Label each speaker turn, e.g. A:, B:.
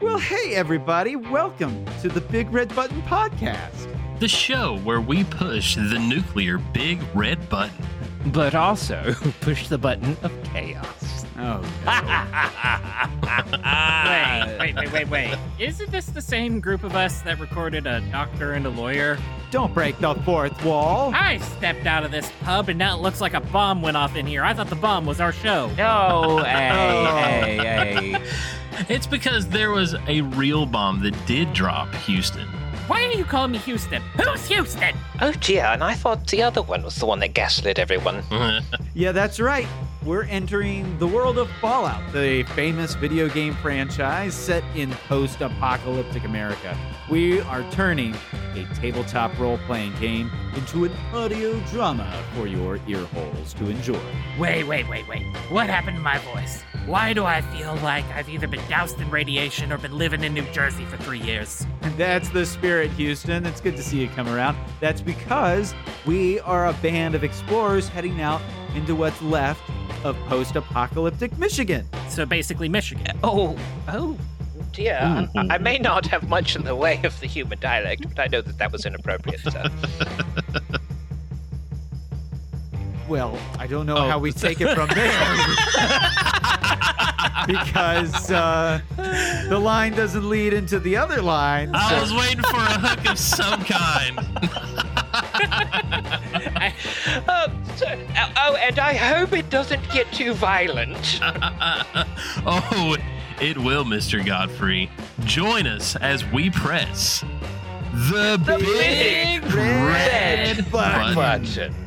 A: Well, hey, everybody. Welcome to the Big Red Button Podcast.
B: The show where we push the nuclear big red button.
C: but also push the button of chaos.
A: Oh,
D: Wait, wait, wait, wait, wait. Isn't this the same group of us that recorded a doctor and a lawyer?
A: don't break the fourth wall.
D: I stepped out of this pub and now it looks like a bomb went off in here. I thought the bomb was our show.
C: No, hey, hey, hey.
B: It's because there was a real bomb that did drop Houston.
D: Why do you call me Houston? Who's Houston?
E: Oh dear, and I thought the other one was the one that gaslit everyone.
A: Yeah, that's right. We're entering the world of Fallout, the famous video game franchise set in post apocalyptic America. We are turning a tabletop role playing game into an audio drama for your ear holes to enjoy.
D: Wait, wait, wait, wait. What happened to my voice? Why do I feel like I've either been doused in radiation or been living in New Jersey for three years?
A: That's the spirit, Houston. It's good to see you come around. That's because we are a band of explorers heading out into what's left of post apocalyptic Michigan.
D: So basically, Michigan.
E: Oh, oh Hmm. dear. um, I, I may not have much in the way of the human dialect, but I know that that was inappropriate. sir.
A: Well, I don't know
B: Oh.
A: how we take it from there. because uh, the line doesn't lead into the other line.
B: I
A: so-
B: was waiting for a hook of some kind.
E: um, so, oh, oh, and I hope it doesn't get too violent.
B: oh, it will, Mr. Godfrey. Join us as we press the, big,
E: Big
B: red,
E: Red
B: button.
E: Button.